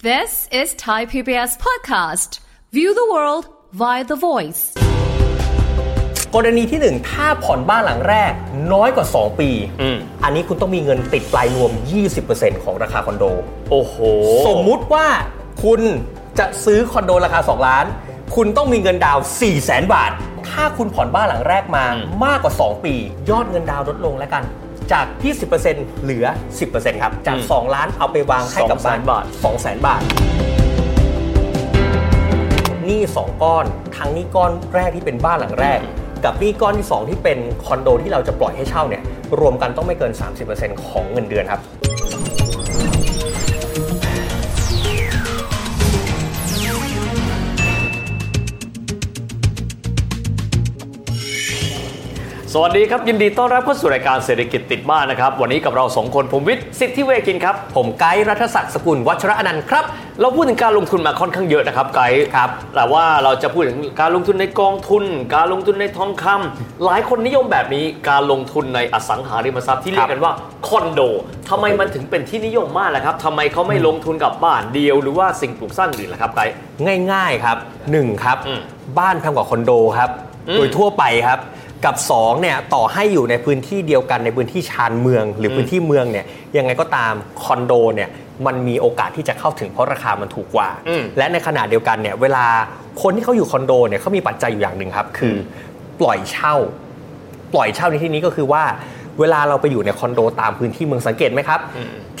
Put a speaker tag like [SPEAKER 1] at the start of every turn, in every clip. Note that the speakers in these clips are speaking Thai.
[SPEAKER 1] This is Thai PBS podcast. View the world via the voice.
[SPEAKER 2] กรณีที่หนึ่งถ้าผ่อนบ้านหลังแรกน้อยกว่า 2 ปี อันนี้คุณต้องมีเงินติดปลายรวม 20%ของราคาคอนโด
[SPEAKER 3] โอ้โห
[SPEAKER 2] สมมุติว่าคุณจะซื้อคอนโดราคา 2 ล้าน คุณต้องมีเงินดาวน์4 0 0 0 0 0 บาท ถ้าคุณผ่อนบ้านหลังแรกมามากกว่า 2 ปี ยอดเงินดาวน์ลดลงแล้วกัน จาก 20%เหลือ 10%ครับ จาก 2 ล้านเอาไปวางให้กับบ้าน2 0,000 บาท หนี้สองก้อนทั้งหนี้ก้อนแรกที่เป็นบ้านหลังแรก กับหนี้ก้อนที่สองที่เป็นคอนโดที่เราจะปล่อยให้เช่าเนี่ยรวมกันต้องไม่เกิน 30%ของเงินเดือนครับ
[SPEAKER 3] สวัสดีครับ ยินดีต้อนรับเข้าสู่รายการเศรษฐกิจติดบ้านนะครับ วันนี้กับเราสองคนผมวิทย์สิทธิเวกินครับ
[SPEAKER 2] ผมไกด์รัฐศักดิ์สกุลวัชระอนันต์ครับ
[SPEAKER 3] เราพูดถึงการลงทุนมาค่อนข้างเยอะนะครับไกด์ครับ แต่ว่าเราจะพูดถึงการลงทุนในกองทุน การลงทุนในทองคำหลายคนนิยมแบบนี้การลงทุนในอสังหาริมทรัพย์ที่
[SPEAKER 2] ค
[SPEAKER 3] เรี
[SPEAKER 2] รั
[SPEAKER 3] ย
[SPEAKER 2] บ
[SPEAKER 3] กกันว่าคอนโดทำไมมันถึงเป็นที่นิยมมากล่ะครับทำไมเขาไม่ลงทุนกับบ้านเดียว หรือว่าสิ่งปลูกสร้างอื่นล่ะครับไกด์
[SPEAKER 2] ง่ายๆครับ 1 ครับ
[SPEAKER 3] อืม
[SPEAKER 2] บ้านแพงกว่าคอนโดครับ
[SPEAKER 3] อืม
[SPEAKER 2] โดยทั่วไปครับ กับ2เนี่ยต่อให้อยู่ในพื้นที่เดียวกันในพื้นที่ชานเมือง หรืออ
[SPEAKER 3] ม
[SPEAKER 2] พื้นที่เมืองเนี่ยยังไงก็ตามคอนโดเนี่ยมันมีโอกาสที่จะเข้าถึงเพราะราคามันถูกกว่า
[SPEAKER 3] อืม
[SPEAKER 2] และในขณะเดียวกันเนี่ยเวลาคนที่เขาอยู่คอนโดเนี่ยเขามีปัจจัยอยู่อย่างหนึ่งครับ คือปล่อยเช่า ปล่อยเช่าในที่นี้ก็คือว่าเวลาเราไปอยู่ในคอนโดตามพื้นที่เมืองสังเกตไหมครับ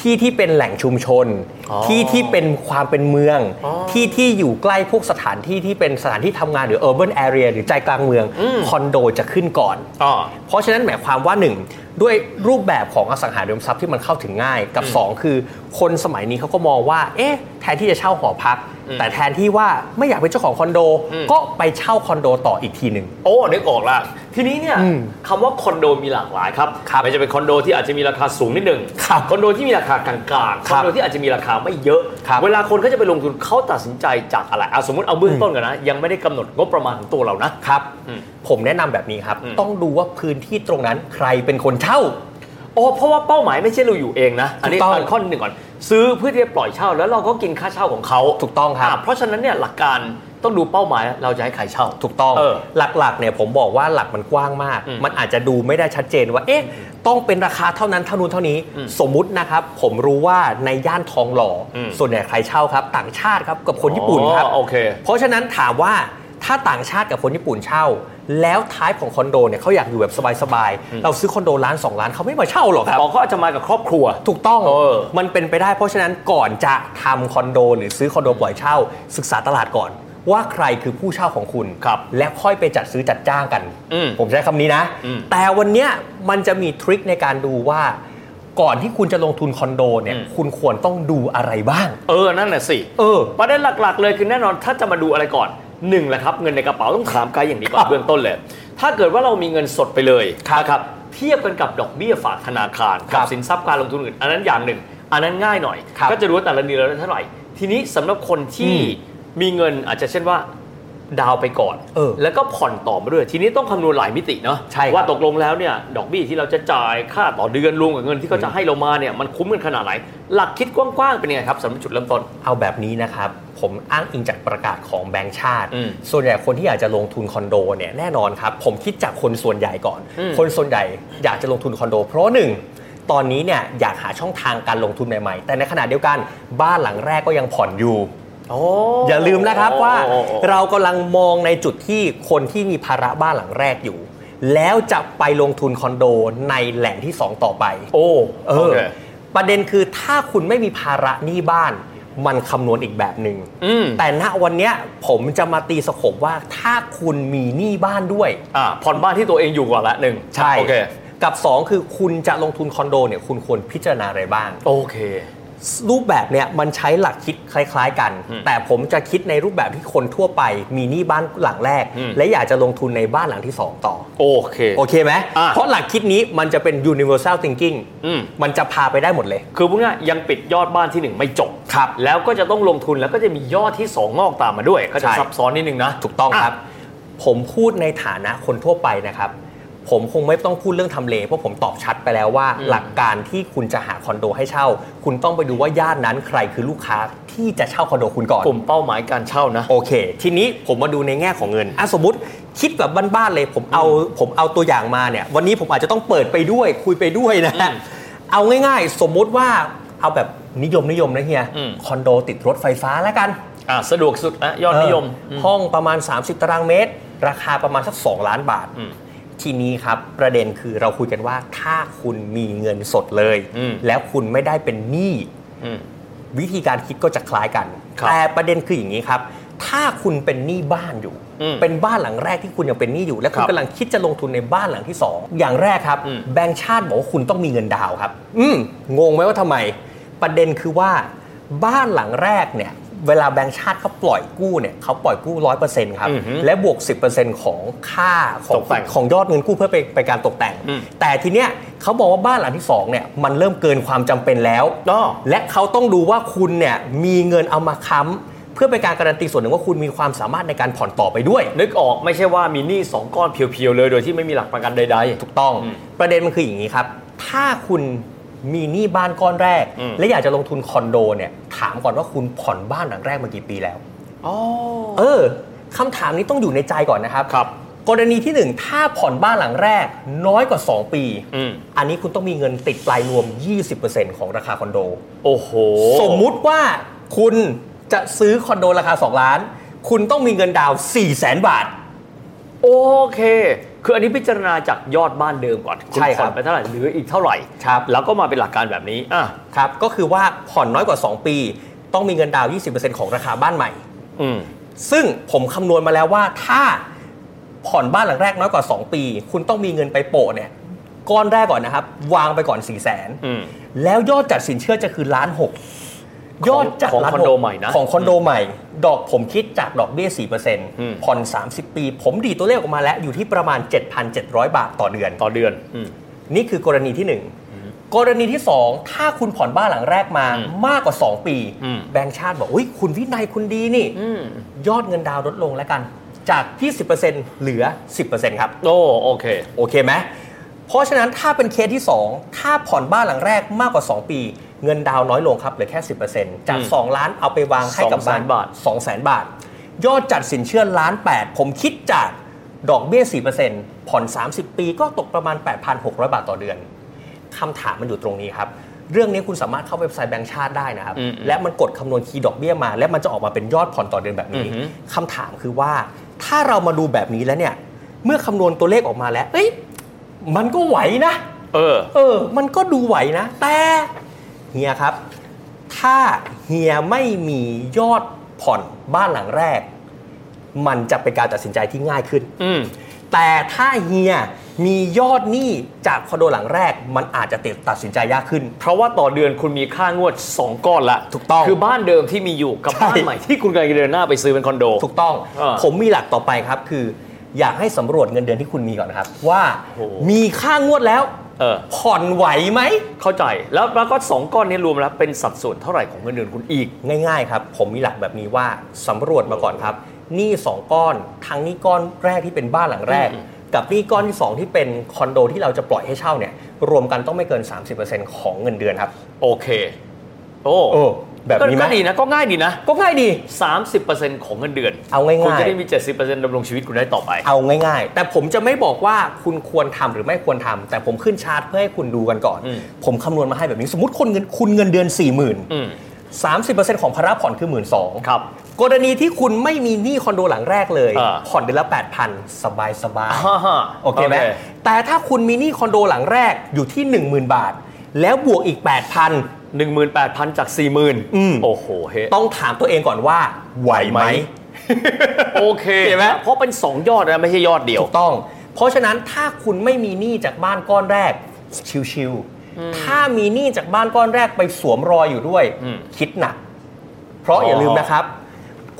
[SPEAKER 2] ที่ที่เป็นแหล่งชุมชน
[SPEAKER 3] อ๋อ
[SPEAKER 2] ที่ที่เป็นความเป็นเมือง
[SPEAKER 3] อ๋อ
[SPEAKER 2] ที่ที่อยู่ใกล้พวกสถานที่ที่เป็นสถานที่ทำงานหรือ urban area หรือใจกลางเมืองคอนโดจะขึ้นก่อน
[SPEAKER 3] อ๋อ
[SPEAKER 2] เพราะฉะนั้นหมายความว่าหนึ่งด้วยรูปแบบของอสังหาริมทรัพย์ที่มันเข้าถึงง่ายกับสองคือคนสมัยนี้เขาก็มองว่า เอ๊ะแทนที่จะเช่าหอพัก แต่แทนที่ว่าไม่อยากเป็นเจ้าของคอนโด
[SPEAKER 3] อืม
[SPEAKER 2] ก็ไปเช่าคอนโดต่ออีกทีหนึ่ง
[SPEAKER 3] โอ้นึกออกละทีนี้เนี่ย
[SPEAKER 2] อืม
[SPEAKER 3] คำว่าคอนโดมีหลากหลายครับ
[SPEAKER 2] ครับ
[SPEAKER 3] ไม่จะเป็นคอนโดที่อาจจะมีราคาสูงนิดหนึ่ง
[SPEAKER 2] ครับ
[SPEAKER 3] อนโดที่มีราคากลางๆ
[SPEAKER 2] ค
[SPEAKER 3] ครับ อนโดที่อาจจะมีราคาไม่เยอะ
[SPEAKER 2] ครับ
[SPEAKER 3] เวลาคนเขาจะไปลงทุนเขาตัดสินใจจากอะไรเอาสมมติเอาเบื้องต้นกันนะ ยังไม่ได้กำหนดงบประมาณของตัวเรานะ
[SPEAKER 2] ครับ
[SPEAKER 3] อืม
[SPEAKER 2] ผมแนะนำแบบนี้ครับ
[SPEAKER 3] อืม
[SPEAKER 2] ต้องดูว่าพื้นที่ตรงนั้นใครเป็นคนเช่า
[SPEAKER 3] โอ้เพราะว่าเป้าหมายไม่ใช่เราอยู่เองนะ อันนี้
[SPEAKER 2] ถูกต้อง
[SPEAKER 3] ตอนข้อหนึ่งก่อน ซื้อเพื่อที่จะปล่อยเช่าแล้วเราก็กินค่าเช่าของเขา
[SPEAKER 2] ถูกต้องค
[SPEAKER 3] อ่า
[SPEAKER 2] รับ
[SPEAKER 3] เพราะฉะนั้นเนี่ยหลักการต้องดูเป้าหมายเราจะให้ใครเช่า
[SPEAKER 2] ถูกต้อง
[SPEAKER 3] เออ
[SPEAKER 2] หลักๆเนี่ยผมบอกว่าหลักมันกว้างมาก
[SPEAKER 3] อืม
[SPEAKER 2] มันอาจจะดูไม่ได้ชัดเจนว่าเอ๊ะต้องเป็นราคาเท่านั้นเท่านู้นเท่านี้
[SPEAKER 3] อืม
[SPEAKER 2] สมมุตินะครับผมรู้ว่าในย่านทองหล่ออ
[SPEAKER 3] ม
[SPEAKER 2] ส่วนใหญ่ใครเช่าครับต่างชาติครับกับคนญี่ปุ่นครับ
[SPEAKER 3] อ๋อโอเค
[SPEAKER 2] เพราะฉะนั้นถามว่าถ้าต่างชาติกับคนญี่ปุ่นเช่า แล้วท้ายของคอนโดเนี่ยเขาอยากอยู่แบบสบายๆเราซื้อคอนโดล้านสองล้านเขาไม่มาเช่าหรอกครับ
[SPEAKER 3] ต่อเขาอาจจะมากับครอบครัว
[SPEAKER 2] ถูกต้อง
[SPEAKER 3] เออ
[SPEAKER 2] มันเป็นไปได้เพราะฉะนั้นก่อนจะทำคอนโด หรือซื้อคอนโดปล่อยเช่า ศึกษาตลาดก่อน ว่าใครคือผู้เช่าของคุณ
[SPEAKER 3] ครับ
[SPEAKER 2] และค่อยไปจัดซื้อจัดจ้างกัน
[SPEAKER 3] อืม
[SPEAKER 2] ผมใช้คำนี้นะ
[SPEAKER 3] อืม
[SPEAKER 2] แต่วันเนี้ยมันจะมีทริคในการดูว่า ก่อนที่คุณจะลงทุนคอนโดเนี่ย
[SPEAKER 3] อืม
[SPEAKER 2] คุณควรต้องดูอะไรบ้าง
[SPEAKER 3] เออนั่นแหละสิ
[SPEAKER 2] เออ
[SPEAKER 3] ประเด็นหลักๆ เลยคือแน่นอนถ้าจะมาดูอะไรก่อนหนึ่งแหละครับ เงินในกระเป๋าต้องถามไกด์อย่างนี้ก่อ
[SPEAKER 2] ครั
[SPEAKER 3] น
[SPEAKER 2] บ
[SPEAKER 3] เบื้องต้นเลย ถ้าเกิดว่าเรามีเงินสดไปเลย
[SPEAKER 2] ครับ
[SPEAKER 3] นะครับเทียบกันกับดอกเบี้ยฝากธนาคาร
[SPEAKER 2] ครั
[SPEAKER 3] กับ สินทรัพย์การลงทุนอื่น อันนั้นอย่างหนึ่ง อันนั้นง่ายหน่อย
[SPEAKER 2] ครับ
[SPEAKER 3] ก็จะรู้ว่าแต่ละเดือนเราได้เท่าไหร่ ทีนี้สำหรับคนที่
[SPEAKER 2] อื
[SPEAKER 3] มีเงินอาจจะเช่นว่าดาวน์ไปก่อน
[SPEAKER 2] เออ
[SPEAKER 3] แล้วก็ผ่อนต่อมาด้วย ทีนี้ต้องคำนวณหลายมิติเนาะ
[SPEAKER 2] ใช่ครับ
[SPEAKER 3] ว่าตกลงแล้วเนี่ยดอกเบี้ยที่เราจะจ่ายค่าต่อเดือนรวมกับเงินที่เขาจะให้เรามาเนี่ยมันคุ้มกันขนาดไหนหลักคิดกว้างๆเป็นยังไงครับสำหรับจุดเริ่มต้น
[SPEAKER 2] เอาแบบนี้นะครับ ผมอ้างอิงจากประกาศของแบงก์ชาติ
[SPEAKER 3] อืม
[SPEAKER 2] ส่วนใหญ่คนที่อยากจะลงทุนคอนโดเนี่ยแน่นอนครับ ผมคิดจากคนส่วนใหญ่ก่อน
[SPEAKER 3] อืม
[SPEAKER 2] คนส่วนใหญ่อยากจะลงทุนคอนโด เพราะหนึ่งตอนนี้เนี่ยอยากหาช่องทางการลงทุนใหม่ๆ แต่ในขณะเดียวกันบ้านหลังแรกก็ยังผ่อนอยู่ อย่าลืมนะครับว่าเรากำลังมองในจุดที่คนที่มีภาระบ้านหลังแรกอยู่ แล้วจะไปลงทุนคอนโดในแหล่งที่สองต่อไป
[SPEAKER 3] โอ้
[SPEAKER 2] เอ
[SPEAKER 3] โอ
[SPEAKER 2] อ
[SPEAKER 3] เค
[SPEAKER 2] ประเด็นคือถ้าคุณไม่มีภาระหนี้บ้าน มันคำนวณอีกแบบหนึ
[SPEAKER 3] อื่
[SPEAKER 2] ง
[SPEAKER 3] ม
[SPEAKER 2] แต่ณวันเนี้ยผมจะมาตีสโคบว่าถ้าคุณมีหนี้บ้านด้วย
[SPEAKER 3] อ่าผ่อนบ้านที่ตัวเองอยู่ก่อนละหนึ่ง
[SPEAKER 2] ใช่
[SPEAKER 3] โอเค
[SPEAKER 2] กับ 2 คือคุณจะลงทุนคอนโดเนี่ยคุณควรพิจารณาอะไรบ้าง
[SPEAKER 3] โอเค
[SPEAKER 2] รูปแบบเนี่ยมันใช้หลักคิดคล้าย ๆ กัน
[SPEAKER 3] อืม
[SPEAKER 2] แต่ผมจะคิดในรูปแบบที่คนทั่วไป มีหนี้บ้านหลังแรก
[SPEAKER 3] อืม
[SPEAKER 2] และอยากจะลงทุนในบ้านหลังที่สองต่อ
[SPEAKER 3] โอเค
[SPEAKER 2] โอเคไหม
[SPEAKER 3] อ่ะ
[SPEAKER 2] เพราะหลักคิดนี้มันจะเป็น universal thinking
[SPEAKER 3] อืม
[SPEAKER 2] มันจะพาไปได้หมดเลย
[SPEAKER 3] คือพวกนี้ยังปิดยอดบ้านที่หนึ่งไม่จบ
[SPEAKER 2] ครับ
[SPEAKER 3] แล้วก็จะต้องลงทุนแล้วก็จะมียอดที่สองงอกตามมาด้วย ก็จะ
[SPEAKER 2] ใช่
[SPEAKER 3] ซับซ้อนนิดนึงนะ
[SPEAKER 2] ถูกต้องครับ ผมพูดในฐานะคนทั่วไปนะครับ ผมคงไม่ต้องพูดเรื่องทำเลเพราะผมตอบชัดไปแล้วว่า หลักการที่คุณจะหาคอนโดให้เช่า คุณต้องไปดูว่าย่านนั้นใครคือลูกค้าที่จะเช่าคอนโดคุณก่อน
[SPEAKER 3] กลุ่มเป้าหมายการเช่านะ
[SPEAKER 2] โอเค ทีนี้ผมมาดูในแง่ของเงินอ่ะสมมติคิดแบบบ้านๆเลย ผมเอาผมเอาตัวอย่างมาเนี่ย วันนี้ผมอาจจะต้องเปิดไปด้วย คุยไปด้วยนะ
[SPEAKER 3] อืม
[SPEAKER 2] เอาง่ายๆ สมมุติว่าเอาแบบนิยมนิยมนะเฮีย
[SPEAKER 3] อืม
[SPEAKER 2] คอนโดติดรถไฟฟ้าแล้วกัน
[SPEAKER 3] อ่ะสะดวกสุดนะยอดนิยม
[SPEAKER 2] เออห้องประมาณ 30 ตารางเมตร ราคาประมาณสัก 2 ล้านบาท ทีนี้ครับ ประเด็นคือเราคุยกันว่าถ้าคุณมีเงินสดเลย แล้วคุณไม่ได้เป็นหนี้
[SPEAKER 3] อืม
[SPEAKER 2] วิธีการคิดก็จะคล้ายกัน
[SPEAKER 3] ครับ
[SPEAKER 2] แต่ประเด็นคืออย่างนี้ครับ ถ้าคุณเป็นหนี้บ้านอยู่
[SPEAKER 3] อืม
[SPEAKER 2] เป็นบ้านหลังแรกที่คุณยังเป็นหนี้อยู่ และคุณ
[SPEAKER 3] ครับ
[SPEAKER 2] กำลังคิดจะลงทุนในบ้านหลังที่สองอย่างแรกครับ
[SPEAKER 3] อืม
[SPEAKER 2] แบงก์ชาติบอกว่าคุณต้องมีเงินดาวน์ครับ อืมงงไหมว่าทำไม ประเด็นคือว่า บ้านหลังแรกเนี่ย เวลาแบงก์ชาติเขาปล่อยกู้เนี่ยเขาปล่อยกู้ร้อยเปอร์เซ็นต์ครับ
[SPEAKER 3] อือฮึ
[SPEAKER 2] และบวก 10%ของค่าขอ
[SPEAKER 3] ต
[SPEAKER 2] ง
[SPEAKER 3] กแต่ง
[SPEAKER 2] ของยอดเงินกู้เพื่อไปไปการตกแต่ง
[SPEAKER 3] อืม
[SPEAKER 2] แต่ทีเนี้ยเขาบอกว่าบ้านหลังที่สองเนี่ยมันเริ่มเกินความจำเป็นแล้ว
[SPEAKER 3] อ๋อ
[SPEAKER 2] และเขาต้องดูว่าคุณเนี่ยมีเงินเอามาค้ำเพื่อเป็นการการันตีส่วนหนึ่งว่าคุณมีความสามารถในการผ่อนต่อไปด้วย
[SPEAKER 3] นึกออกไม่ใช่ว่ามีหนี้สองก้อนเพียวๆเลย โดยที่ไม่มีหลักประกันใด
[SPEAKER 2] ถูกต้องประเด็นมันคืออย่างนี้ครับ ถ้าคุณมีหนี้บ้านก้อนแรก
[SPEAKER 3] อืม
[SPEAKER 2] และอยากจะลงทุนคอนโดเนี่ยถามก่อนว่าคุณผ่อนบ้านหลังแรกมากี่ปีแล้ว
[SPEAKER 3] ๆอ๋อ
[SPEAKER 2] เออคำถามนี้ต้องอยู่ในใจก่อนนะครับ
[SPEAKER 3] ครับ
[SPEAKER 2] กรณีที่หนึ่งถ้าผ่อนบ้านหลังแรกน้อยกว่า 2 ปี
[SPEAKER 3] อืม
[SPEAKER 2] อันนี้คุณต้องมีเงินติดปลายรวม 20%ของราคาคอนโด
[SPEAKER 3] โอ้โห
[SPEAKER 2] สมมุติว่าคุณจะซื้อคอนโดราคา 2 ล้าน คุณต้องมีเงินดาวน์4 0 0 0 0 0 บาท
[SPEAKER 3] โอเค คืออันนี้พิจารณาจากยอดบ้านเดิมก่อนณ
[SPEAKER 2] ใช่ครับ
[SPEAKER 3] ผ่อนไปเท่าไหร่เหรืออีกเท่าไหร่
[SPEAKER 2] ครับ
[SPEAKER 3] แล้วก็มาเป็นหลักการแบบนี้ อ่ะ
[SPEAKER 2] ครับ ก็คือว่าผ่อนน้อยกว่า 2 ปี ต้องมีเงินดาวน์20%ของราคาบ้านใหม่
[SPEAKER 3] อืม
[SPEAKER 2] ซึ่งผมคำนวณมาแล้วว่าถ้าผ่อนบ้านหลังแรกน้อยกว่า 2 ปี คุณต้องมีเงินไปโปะเนี่ยก้อนแรกก่อนนะครับ วางไปก่อน 4 0 0 0 0
[SPEAKER 3] อืม
[SPEAKER 2] 0แล้วยอดจัดสินเชื่อจะคือล้านหกยอดจัด
[SPEAKER 3] ของ
[SPEAKER 2] ล้าน
[SPEAKER 3] คอน
[SPEAKER 2] ก
[SPEAKER 3] โดใหม่นะ
[SPEAKER 2] ของคอนโดใหม่ ดอกผมคิดจากดอกเบี้ย
[SPEAKER 3] ม
[SPEAKER 2] 4%ผ่อน 30 ปี ผมดีดตัวเลขออกมาแล้วอยู่ที่ประมาณ 7,700 บาทต่อเดือน
[SPEAKER 3] ต่อเดือน อืม
[SPEAKER 2] นี่คือกรณีที่ 1 กรณีที่ 2 ถ้าคุณผ่อนบ้านหลังแรกมา
[SPEAKER 3] อืม
[SPEAKER 2] มากกว่า 2 ปี
[SPEAKER 3] อืม
[SPEAKER 2] แบงค์ชาติบอกอุ้ยคุณวินัยคุณดีนี่
[SPEAKER 3] อืม
[SPEAKER 2] ยอดเงินดาวน์ลดลงแล้วกัน จาก 20%เหลือ 10%ครับ
[SPEAKER 3] โอ้โอเค
[SPEAKER 2] โอเคไหม เพราะฉะนั้นถ้าเป็นเคสที่ 2 ถ้าผ่อนบ้านหลังแรกมากกว่า 2 ปี เงินดาวน์น้อยลงครับเหลือแค่ 10%จาก
[SPEAKER 3] อืม
[SPEAKER 2] 2 ล้านเอาไปวางให้กับบ้าน
[SPEAKER 3] 200,000บาท
[SPEAKER 2] 2 0 0 0 0 บาท ยอดจัดสินเชื่อล้าน8ผมคิดจากดอกเบี้ย 4%ผ่อน 30 ปีก็ตกประมาณ 8,600 บาทต่อเดือน คำถามมันอยู่ตรงนี้ครับ เรื่องนี้คุณสามารถเข้าเว็บไซต์แบงก์ชาติได้นะครับ
[SPEAKER 3] อืม
[SPEAKER 2] และมันกดคำนวณคีย์ดอกเบี้ยมา และมันจะออกมาเป็นยอดผ่อนต่อเดือนแบบนี้
[SPEAKER 3] อือหือ
[SPEAKER 2] คำถามคือว่า ถ้าเรามาดูแบบนี้แล้วเนี่ย เมื่อคำนวณตัวเลขออกมาแล้ว เอ้ย มันก็ไหวนะ
[SPEAKER 3] เออ
[SPEAKER 2] เออ มันก็ดูไหวนะ แต่เฮียครับ ถ้าเฮียไม่มียอดผ่อนบ้านหลังแรก มันจะเป็นการตัดสินใจที่ง่ายขึ้น
[SPEAKER 3] อืม
[SPEAKER 2] แต่ถ้าเฮียมียอดหนี้จากคอนโดหลังแรก มันอาจจะตัดสินใจยากขึ้น
[SPEAKER 3] เพราะว่าต่อเดือนคุณมีค่างวด 2 ก้อนละ
[SPEAKER 2] ถูกต้อง
[SPEAKER 3] คือบ้านเดิมที่มีอยู่กับ
[SPEAKER 2] ใช่
[SPEAKER 3] บ้านใหม่ที่คุณกำลังจะเดินหน้าไปซื้อเป็นคอนโด
[SPEAKER 2] ถูกต้อง
[SPEAKER 3] เออ
[SPEAKER 2] ผมมีหลักต่อไปครับ คือ อยากให้สำรวจเงินเดือนที่คุณมีก่อนครับ ว่า
[SPEAKER 3] โอ้โห
[SPEAKER 2] มีค่างวดแล้ว
[SPEAKER 3] เออ
[SPEAKER 2] ผ่อนไหวไหม
[SPEAKER 3] เข้าใจ แล้วแล้วก็สองก้อนนี้รวมแล้วเป็นสัดส่วนเท่าไหร่ของเงินเดือนคุณอีก
[SPEAKER 2] ง่ายๆครับ ผมมีหลักแบบนี้ว่าสำรวจมาก่อนครับหนี้สองก้อนทั้งหนี้ก้อนแรกที่เป็นบ้านหลังแรก
[SPEAKER 3] อืม
[SPEAKER 2] กับหนี้ก้อนที่สองที่เป็นคอนโดที่เราจะปล่อยให้เช่าเนี่ยรวมกันต้องไม่เกิน 30%ของเงินเดือนครับ
[SPEAKER 3] โอเค โอ้
[SPEAKER 2] โอ้แบบนี้ไหม
[SPEAKER 3] ก็ดีนะ ก็ง่ายดีนะ
[SPEAKER 2] ก็ง่ายดี
[SPEAKER 3] 30%ของเงินเดือน
[SPEAKER 2] เอาง่ายๆ
[SPEAKER 3] คุณจะได้มี 70%ดำรงชีวิตคุณได้ต่อไป
[SPEAKER 2] เอาง่าย ๆ แต่ผมจะไม่บอกว่าคุณควรทำหรือไม่ควรทำแต่ผมขึ้นชาร์ตเพื่อให้คุณดูกันก่อน
[SPEAKER 3] อืม
[SPEAKER 2] ผมคำนวณมาให้แบบนี้ สมมติคนเงินคุณเงินเดือน 4 0 0 0 0
[SPEAKER 3] อืม
[SPEAKER 2] 30%ของภาระผ่อนคือ 1 2ื่น
[SPEAKER 3] ครับ
[SPEAKER 2] กรณีที่คุณไม่มีหนี้คอนโดหลังแรกเลย
[SPEAKER 3] อ่า
[SPEAKER 2] ผ่อนเดือนละ 8,000 สบายสบายๆ
[SPEAKER 3] ฮ่าฮ่า
[SPEAKER 2] โอเคไหมแต่ถ้าคุณมีหนี้คอนโดหลังแรกอยู่ที่ 10,000 บาท แล้วบวกอีก 8,000
[SPEAKER 3] หนึ่งหมื่นแปดพันจากสี่หมื่น
[SPEAKER 2] อืม
[SPEAKER 3] โอ้โหเฮ้
[SPEAKER 2] ต้องถามตัวเองก่อนว่า ไหวไหม
[SPEAKER 3] โอเค
[SPEAKER 2] เห็นไหม
[SPEAKER 3] เพราะเป็น 2 ยอดนะ ไม่ใช่ยอดเดียว
[SPEAKER 2] ถูกต้อง เพราะฉะนั้นถ้าคุณไม่มีหนี้จากบ้านก้อนแรก ชิวๆถ้ามีหนี้จากบ้านก้อนแรกไปสวมรอยอยู่ด้วย
[SPEAKER 3] อืม
[SPEAKER 2] คิดหนัก เพราะ
[SPEAKER 3] อ๋อ
[SPEAKER 2] อ
[SPEAKER 3] อ
[SPEAKER 2] ย่าลืมนะครับ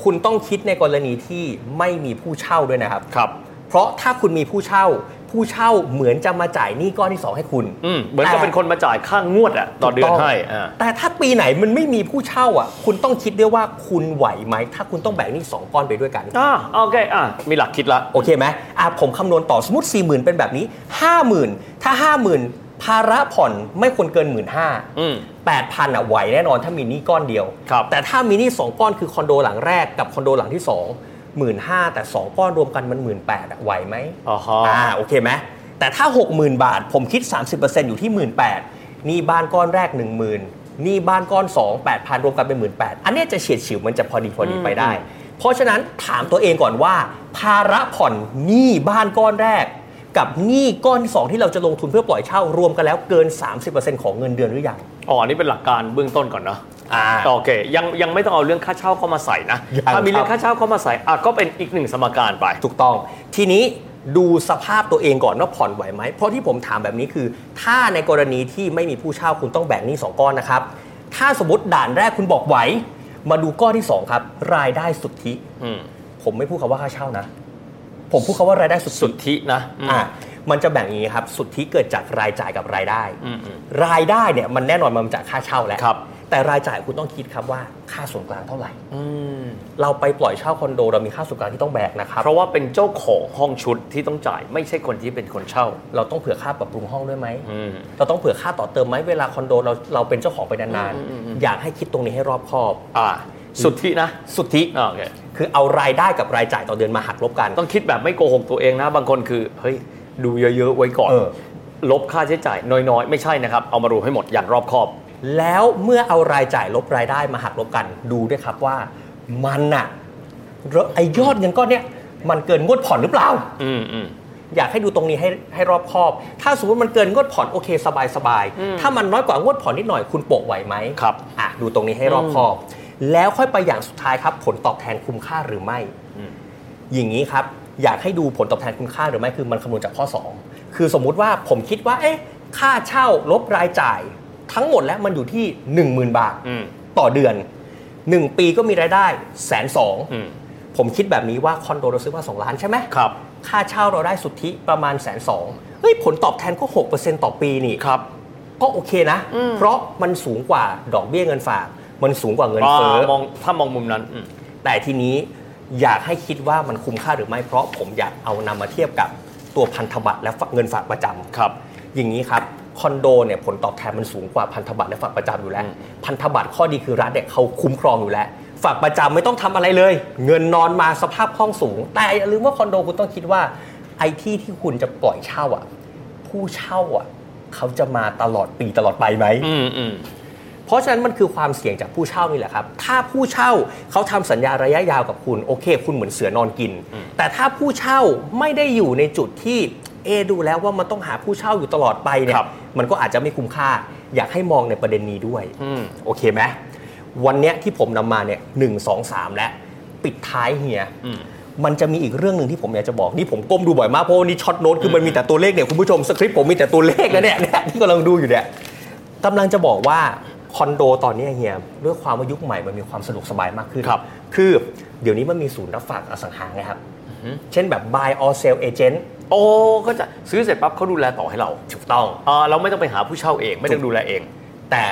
[SPEAKER 2] คุณต้องคิดในกรณีที่ไม่มีผู้เช่าด้วยนะครับ
[SPEAKER 3] ครับ
[SPEAKER 2] เพราะถ้าคุณมีผู้เช่า ผู้เช่าเหมือนจะมาจ่ายหนี้ก้อนที่สองให้คุณ
[SPEAKER 3] อืมเหมือนกับเป็นคนมาจ่ายค่างวดอะต่อเดือน
[SPEAKER 2] ถูก
[SPEAKER 3] ให้อ่า
[SPEAKER 2] แต่ถ้าปีไหนมันไม่มีผู้เช่าอ่ะ คุณต้องคิดด้วยว่าคุณไหวไหมถ้าคุณต้องแบ่งหนี้สองก้อนไปด้วยกัน
[SPEAKER 3] อ่าโอเคอ่ามีหลักคิดละ
[SPEAKER 2] โอเคไหมอ่ะผมคำนวณต่อสมมติ 4 0,000 เป็นแบบนี้ 50,000 ถ้า 50,000 ภาระผ่อนไม่ควรเกิน 1 5ื่นห้า
[SPEAKER 3] อืม
[SPEAKER 2] แปดพันอ่ะไหวแน่นอนถ้ามีหนี้ก้อนเดียว
[SPEAKER 3] ครับ
[SPEAKER 2] แต่ถ้ามีหนี้สองก้อนคือคอนโดหลังแรกกับคอนโดหลังที่ 2 1 5ื่นห้าแต่ 2 ก้อนรวมกันมัน 1 8ื่นแปดอ่ะไหวไหม
[SPEAKER 3] อ่าฮะ
[SPEAKER 2] โอเคไหมแต่ถ้า 60,000 บาท ผมคิด 30%อยู่ที่ 1 8ื่นแปดหนี้บ้านก้อนแรก 1 0,000หนี้บ้านก้อน2 8,000รวมกันเป็น 1 8ื่นแปดอันเนี้ยจะเฉียดฉิวมันจะพอดีพอดีไปได้ เพราะฉะนั้นถามตัวเองก่อนว่า ภาระผ่อนหนี้บ้านก้อนแรก กับหนี้ก้อนที่สองที่เราจะลงทุนเพื่อปล่อยเช่ารวมกันแล้วเกิน 30%ของเงินเดือนหรือยัง
[SPEAKER 3] อ๋ออันนี้เป็นหลักการเบื้องต้นก่อนเนาะ
[SPEAKER 2] อ่า
[SPEAKER 3] โอเค ยังยังไม่ต้องเอาเรื่องค่าเช่าเข้ามาใส่นะ
[SPEAKER 2] ยัง
[SPEAKER 3] ถ้ามีเรื่อง
[SPEAKER 2] ครับ
[SPEAKER 3] ค่าเช่าเข้ามาใส่อ่ะก็เป็นอีกหนึ่งสมการไป
[SPEAKER 2] ถูกต้องทีนี้ดูสภาพตัวเองก่อนว่าผ่อนไหวไหม เพราะที่ผมถามแบบนี้คือ ถ้าในกรณีที่ไม่มีผู้เช่าคุณต้องแบ่งหนี้สองก้อนนะครับ ถ้าสมมติด่านแรกคุณบอกไหว มาดูก้อนที่สองครับ รายได้สุทธิ
[SPEAKER 3] อืม
[SPEAKER 2] ผมไม่พูดคำว่าค่าเช่านะ ผมพูดคำว่ารายได้สุท
[SPEAKER 3] สุ
[SPEAKER 2] ธิ
[SPEAKER 3] ทธินะอืม
[SPEAKER 2] อ่ะมันจะแบ่งอย่างนี้ครับ สุทธิเกิดจากรายจ่ายกับรายได้
[SPEAKER 3] อืมอืม
[SPEAKER 2] รายได้เนี่ยมันแน่นอนมันมาจากค่าเช่าแหล้ว
[SPEAKER 3] ครับ
[SPEAKER 2] แต่รายจ่ายคุณต้องคิดครับว่าค่าส่วนกลางเท่าไหร่
[SPEAKER 3] อืม
[SPEAKER 2] เราไปปล่อยเช่าคอนโดเรามีค่าส่วนกลางที่ต้องแบกนะครับ
[SPEAKER 3] เพราะว่าเป็นเจ้าของห้องชุดที่ต้องจ่าย ไม่ใช่คนที่เป็นคนเช่า
[SPEAKER 2] เราต้องเผื่อค่าปรับปรุงห้องด้วยไหม
[SPEAKER 3] อืม
[SPEAKER 2] เราต้องเผื่อค่าต่อเติมไหมเวลาคอนโดเราเราเป็นเจ้าของไปนาน
[SPEAKER 3] อืมอืมอืม
[SPEAKER 2] ๆ อยากให้คิดตรงนี้ให้รอบคอบ
[SPEAKER 3] อ่า สุทธินะ
[SPEAKER 2] สุทธิ
[SPEAKER 3] อ่าโอเค
[SPEAKER 2] คือเอารายได้กับรายจ่ายต่อเดือนมาหักลบกัน
[SPEAKER 3] ต้องคิดแบบไม่โกหกตัวเองนะ บางคนคือ เฮ้ย ดูเยอะ ๆ ไว้ก่อน
[SPEAKER 2] เออ
[SPEAKER 3] ลบค่าใช้จ่ายน้อย ๆ ไม่ใช่นะครับ เอามารวมให้หมดอย่างรอบคอบ
[SPEAKER 2] แล้วเมื่อเอารายจ่ายลบรายได้มาหักลบกัน ดูด้วยครับว่ามันน่ะไอยอดเงินก้อนเนี้ยมันเกินงวดผ่อนหรือเปล่า
[SPEAKER 3] อืมอืม
[SPEAKER 2] อยากให้ดูตรงนี้ให้ให้รอบคอบ ถ้าสมมติมันเกินงวดผ่อนโอเคสบายสบาย ถ้ามันน้อยกว่างวดผ่อนนิดหน่อยคุณโปะไหวไหม
[SPEAKER 3] ครับ
[SPEAKER 2] อ่ะดูตรงนี้ให้รอบคอบ แล้วค่อยไปอย่างสุดท้ายครับ ผลตอบแทนคุ้มค่าหรือไม่
[SPEAKER 3] อืม
[SPEAKER 2] อย่างนี้ครับ อยากให้ดูผลตอบแทนคุ้มค่าหรือไม่คือมันคำนวณจากข้อ 2 คือสมมุติว่าผมคิดว่า เอ๊ะ ค่าเช่าลบรายจ่าย ทั้งหมดแล้วมันอยู่ที่ 10,000 บาท
[SPEAKER 3] อืม
[SPEAKER 2] ต่อเดือน 1 ปีก็มีรายได้แสนสอง
[SPEAKER 3] อืม
[SPEAKER 2] ผมคิดแบบนี้ว่าคอนโดเราซื้อมาสองล้านใช่ไหม
[SPEAKER 3] ครับ
[SPEAKER 2] ค่าเช่าเราได้สุทธิประมาณแสนสองเฮ้ย ผลตอบแทนก็ 6%ต่อปีนี่
[SPEAKER 3] ครับ
[SPEAKER 2] ก็โอเคนะ เพราะมันสูงกว่าดอกเบี้ยเงินฝาก มันสูงกว่าเงินเฟ้อ
[SPEAKER 3] อ่ามองถ้ามองมุมนั้นอืม
[SPEAKER 2] แต่ทีนี้อยากให้คิดว่ามันคุ้มค่าหรือไม่ เพราะผมอยากเอานำมาเทียบกับตัวพันธบัตรและเงินฝากประจำ
[SPEAKER 3] ครับ
[SPEAKER 2] อย่างนี้ครับ คอนโดเนี่ยผลตอบแทนมันสูงกว่าพันธบัตรและฝากประจำอยู่แล้ว
[SPEAKER 3] อืม
[SPEAKER 2] พันธบัตรข้อดีคือรัฐเนี่ยเขาคุ้มครองอยู่แล้ว ฝากประจำไม่ต้องทำอะไรเลย เงินนอนมาสภาพคล่องสูง แต่อย่าลืมว่าคอนโดคุณต้องคิดว่าไอ้ที่ที่คุณจะปล่อยเช่าอ่ะ ผู้เช่าอ่ะเขาจะมาตลอดปีตลอดไปไหม
[SPEAKER 3] อืมอืม
[SPEAKER 2] เพราะฉะนั้นมันคือความเสี่ยงจากผู้เช่านี่แหละครับ ถ้าผู้เช่าเขาทำสัญญาระยะยาวกับคุณ โอเค คุณเหมือนเสือนอนกิน แต่ถ้าผู้เช่าไม่ได้อยู่ในจุดที่เอะดูแล้วว่ามันต้องหาผู้เช่าอยู่ตลอดไปเนี่
[SPEAKER 3] ครั
[SPEAKER 2] ย
[SPEAKER 3] บ
[SPEAKER 2] มันก็อาจจะไม่คุ้มค่า อยากให้มองในประเด็นนี้ด้วย
[SPEAKER 3] อืม
[SPEAKER 2] โอเคไหมวันเนี้ยที่ผมนำมาเนี่ยหนึ่งสองสามและปิดท้ายเฮีย
[SPEAKER 3] อืม
[SPEAKER 2] มันจะมีอีกเรื่องหนึ่งที่ผมอยากจะบอกนี่ผมก้มดูบ่อยมากเพราะวันนี้ช็อตโน้ตคือมันมีแต่ตัวเลขเนี่ยคุณผู้ชมสคริปต์ผมมีแต่ตัวเลขนะเนี่ยเนี่ยที่กำลังดูอยู่เนี่ยกำลังจะบอกว่าคอนโดตอนเนี้ยเฮียด้วยความว่ายุคใหม่มันมีความสะดวกสบายมากขึ้น
[SPEAKER 3] ครับ
[SPEAKER 2] คือเดี๋ยวนี้มันมีศูนย์รับฝากอสังหาไงครับเช่นแบบ buy or sell agent
[SPEAKER 3] โอ้ก็จะซื้อเสร็จปั๊บเขาดูแลต่อให้เรา
[SPEAKER 2] ถูกต้อง
[SPEAKER 3] อ่าเราไม่ต้องไปหาผู้เช่าเอง ไม่ต้องดูแลเอง
[SPEAKER 2] แต่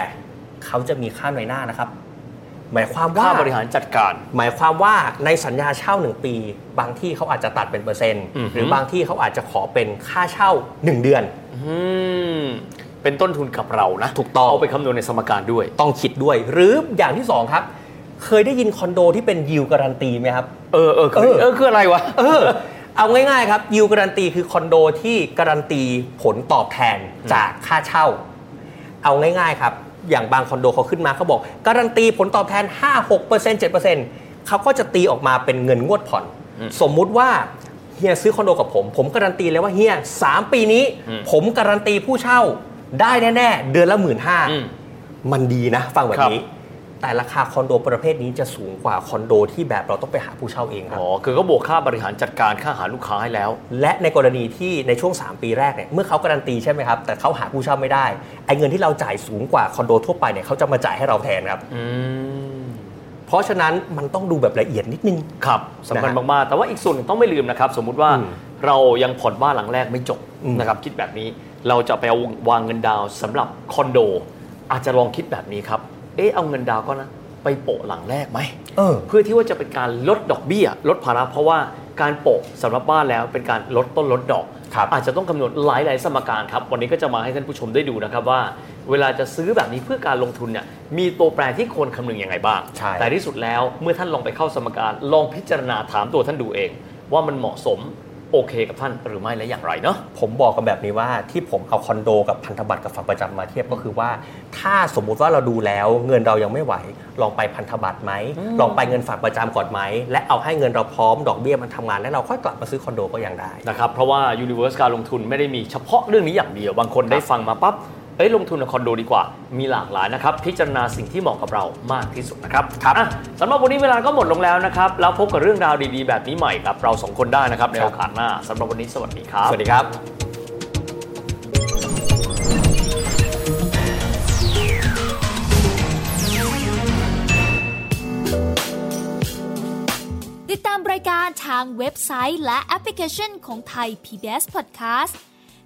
[SPEAKER 2] เขาจะมีค่าหน่วยหน้านะครับ หมายความว่า
[SPEAKER 3] ค่าบริหารจัดการ
[SPEAKER 2] หมายความว่าในสัญญาเช่า 1 ปี บางที่เขาอาจจะตัดเป็นเปอร์เซ็นต์
[SPEAKER 3] อือ
[SPEAKER 2] ห
[SPEAKER 3] หือ
[SPEAKER 2] รือบางที่เขาอาจจะขอเป็นค่าเช่า 1 เดือน
[SPEAKER 3] อืม เป็นต้นทุนกับเรานะ
[SPEAKER 2] ถูกต้อง
[SPEAKER 3] เอาไปคำนวณในสมการด้วย
[SPEAKER 2] ต้องคิดด้วย หรืออย่างที่ 2 ครับ เคยได้ยินคอนโดที่เป็นยิวการันตีไหมครับ
[SPEAKER 3] เออเออคื
[SPEAKER 2] เอ
[SPEAKER 3] อ
[SPEAKER 2] อ
[SPEAKER 3] เออคืออะไรวะ
[SPEAKER 2] เออ เอาง่ายๆครับยิวการันตีคือคอนโดที่การันตีผลตอบแทนจากค่าเช่า เอาง่ายๆครับ อย่างบางคอนโดเขาขึ้นมาเขาบอก การันตีผลตอบแทน 5 6 7 เขาก็จะตีออกมาเป็นเงินงวดผ่อน สมมุติว่าเฮียซื้อคอนโดกับผม ผมการันตีเลยว่าเฮียสามปีนี้
[SPEAKER 3] อืม
[SPEAKER 2] ผมการันตีผู้เช่าได้แน่ๆ เดือนละหมื่นห้า
[SPEAKER 3] อืม
[SPEAKER 2] มันดีนะ ฟังแบบ
[SPEAKER 3] ครับ
[SPEAKER 2] นี้ แต่ราคาคอนโดประเภทนี้จะสูงกว่าคอนโดที่แบบเราต้องไปหาผู้เช่าเองครับ
[SPEAKER 3] อ๋อ คือก็บวกค่าบริหารจัดการค่าหาลูกค้าให้แล้ว
[SPEAKER 2] และในกรณีที่ในช่วง 3 ปีแรกเนี่ยเมื่อเขาการันตีใช่ไหมครับ แต่เขาหาผู้เช่าไม่ได้ไอ้เงินที่เราจ่ายสูงกว่าคอนโดทั่วไปเนี่ยเขาจะมาจ่ายให้เราแทนครับ
[SPEAKER 3] อืม
[SPEAKER 2] เพราะฉะนั้นมันต้องดูแบบละเอียดนิดนึง
[SPEAKER 3] ครับสำคัญ
[SPEAKER 2] นะฮะ
[SPEAKER 3] มาก ๆ แต่ว่าอีกส่วนหนึ่งต้องไม่ลืมนะครับ สมมุติว่า
[SPEAKER 2] อืม
[SPEAKER 3] เรายังผ่อนบ้านหลังแรกไม่จบ
[SPEAKER 2] อืม
[SPEAKER 3] นะครับคิดแบบนี้เราจะไปเอาวางเงินดาวน์สำหรับคอนโด อาจจะลองคิดแบบนี้ครับ เอ๊ะเอาเงินดาวน์ก็นะไปโปะหลังแรกไหม
[SPEAKER 2] เออ
[SPEAKER 3] เพื่อที่ว่าจะเป็นการลดดอกเบี้ย ลดภาระเพราะว่าการโปะสำหรับบ้านแล้วเป็นการลดต้นลดดอก
[SPEAKER 2] ครับ
[SPEAKER 3] อาจจะต้องกำหนดหลาย ๆ สมการครับ วันนี้ก็จะมาให้ท่านผู้ชมได้ดูนะครับว่า เวลาจะซื้อแบบนี้เพื่อการลงทุนเนี่ยมีตัวแปรที่ควรคำนึงยังไงบ้าง
[SPEAKER 2] ใช่
[SPEAKER 3] แต่ที่สุดแล้วเมื่อท่านลองไปเข้าสมการลองพิจารณาถามตัวท่านดูเอง ว่ามันเหมาะสมโอเคกับท่านหรือไม่และอย่างไรเนาะ
[SPEAKER 2] ผมบอกกันแบบนี้ว่าที่ผมเอาคอนโดกับพันธบัตรกับฝากประจำมาเทียบก็คือว่า ถ้าสมมุติว่าเราดูแล้วเงินเรายังไม่ไหว ลองไปพันธบัตรไหมลองไปเงินฝากประจำก่อนไหมและเอาให้เงินเราพร้อมดอกเบี้ยมันทำงานแล้วเราค่อยกลับมาซื้อคอนโดก็ยังได้
[SPEAKER 3] นะครับเพราะว่า Universe การลงทุนไม่ได้มีเฉพาะเรื่องนี้อย่างเดียว บางคนได้ฟังมาปั๊บเอ้ยลงทุนกับคอนโดดีกว่า มีหลากหลายนะครับพิจารณาสิ่งที่เหมาะกับเรามากที่สุดนะครับครับสำหรับวันนี้เวลาก็หมดลงแล้วนะครับ แล้วพบกับเรื่องราวดีๆ แบบนี้ใหม่กับเราสองคนได้นะครับใน
[SPEAKER 2] ครั
[SPEAKER 3] โอบ กาสหน้าสำหรับวันนี้สวัสดีครับ
[SPEAKER 2] สวัสดีครับ
[SPEAKER 4] ติดตามรายการทางเว็บไซต์และแอปพลิเคชันของไทย PBS Podcast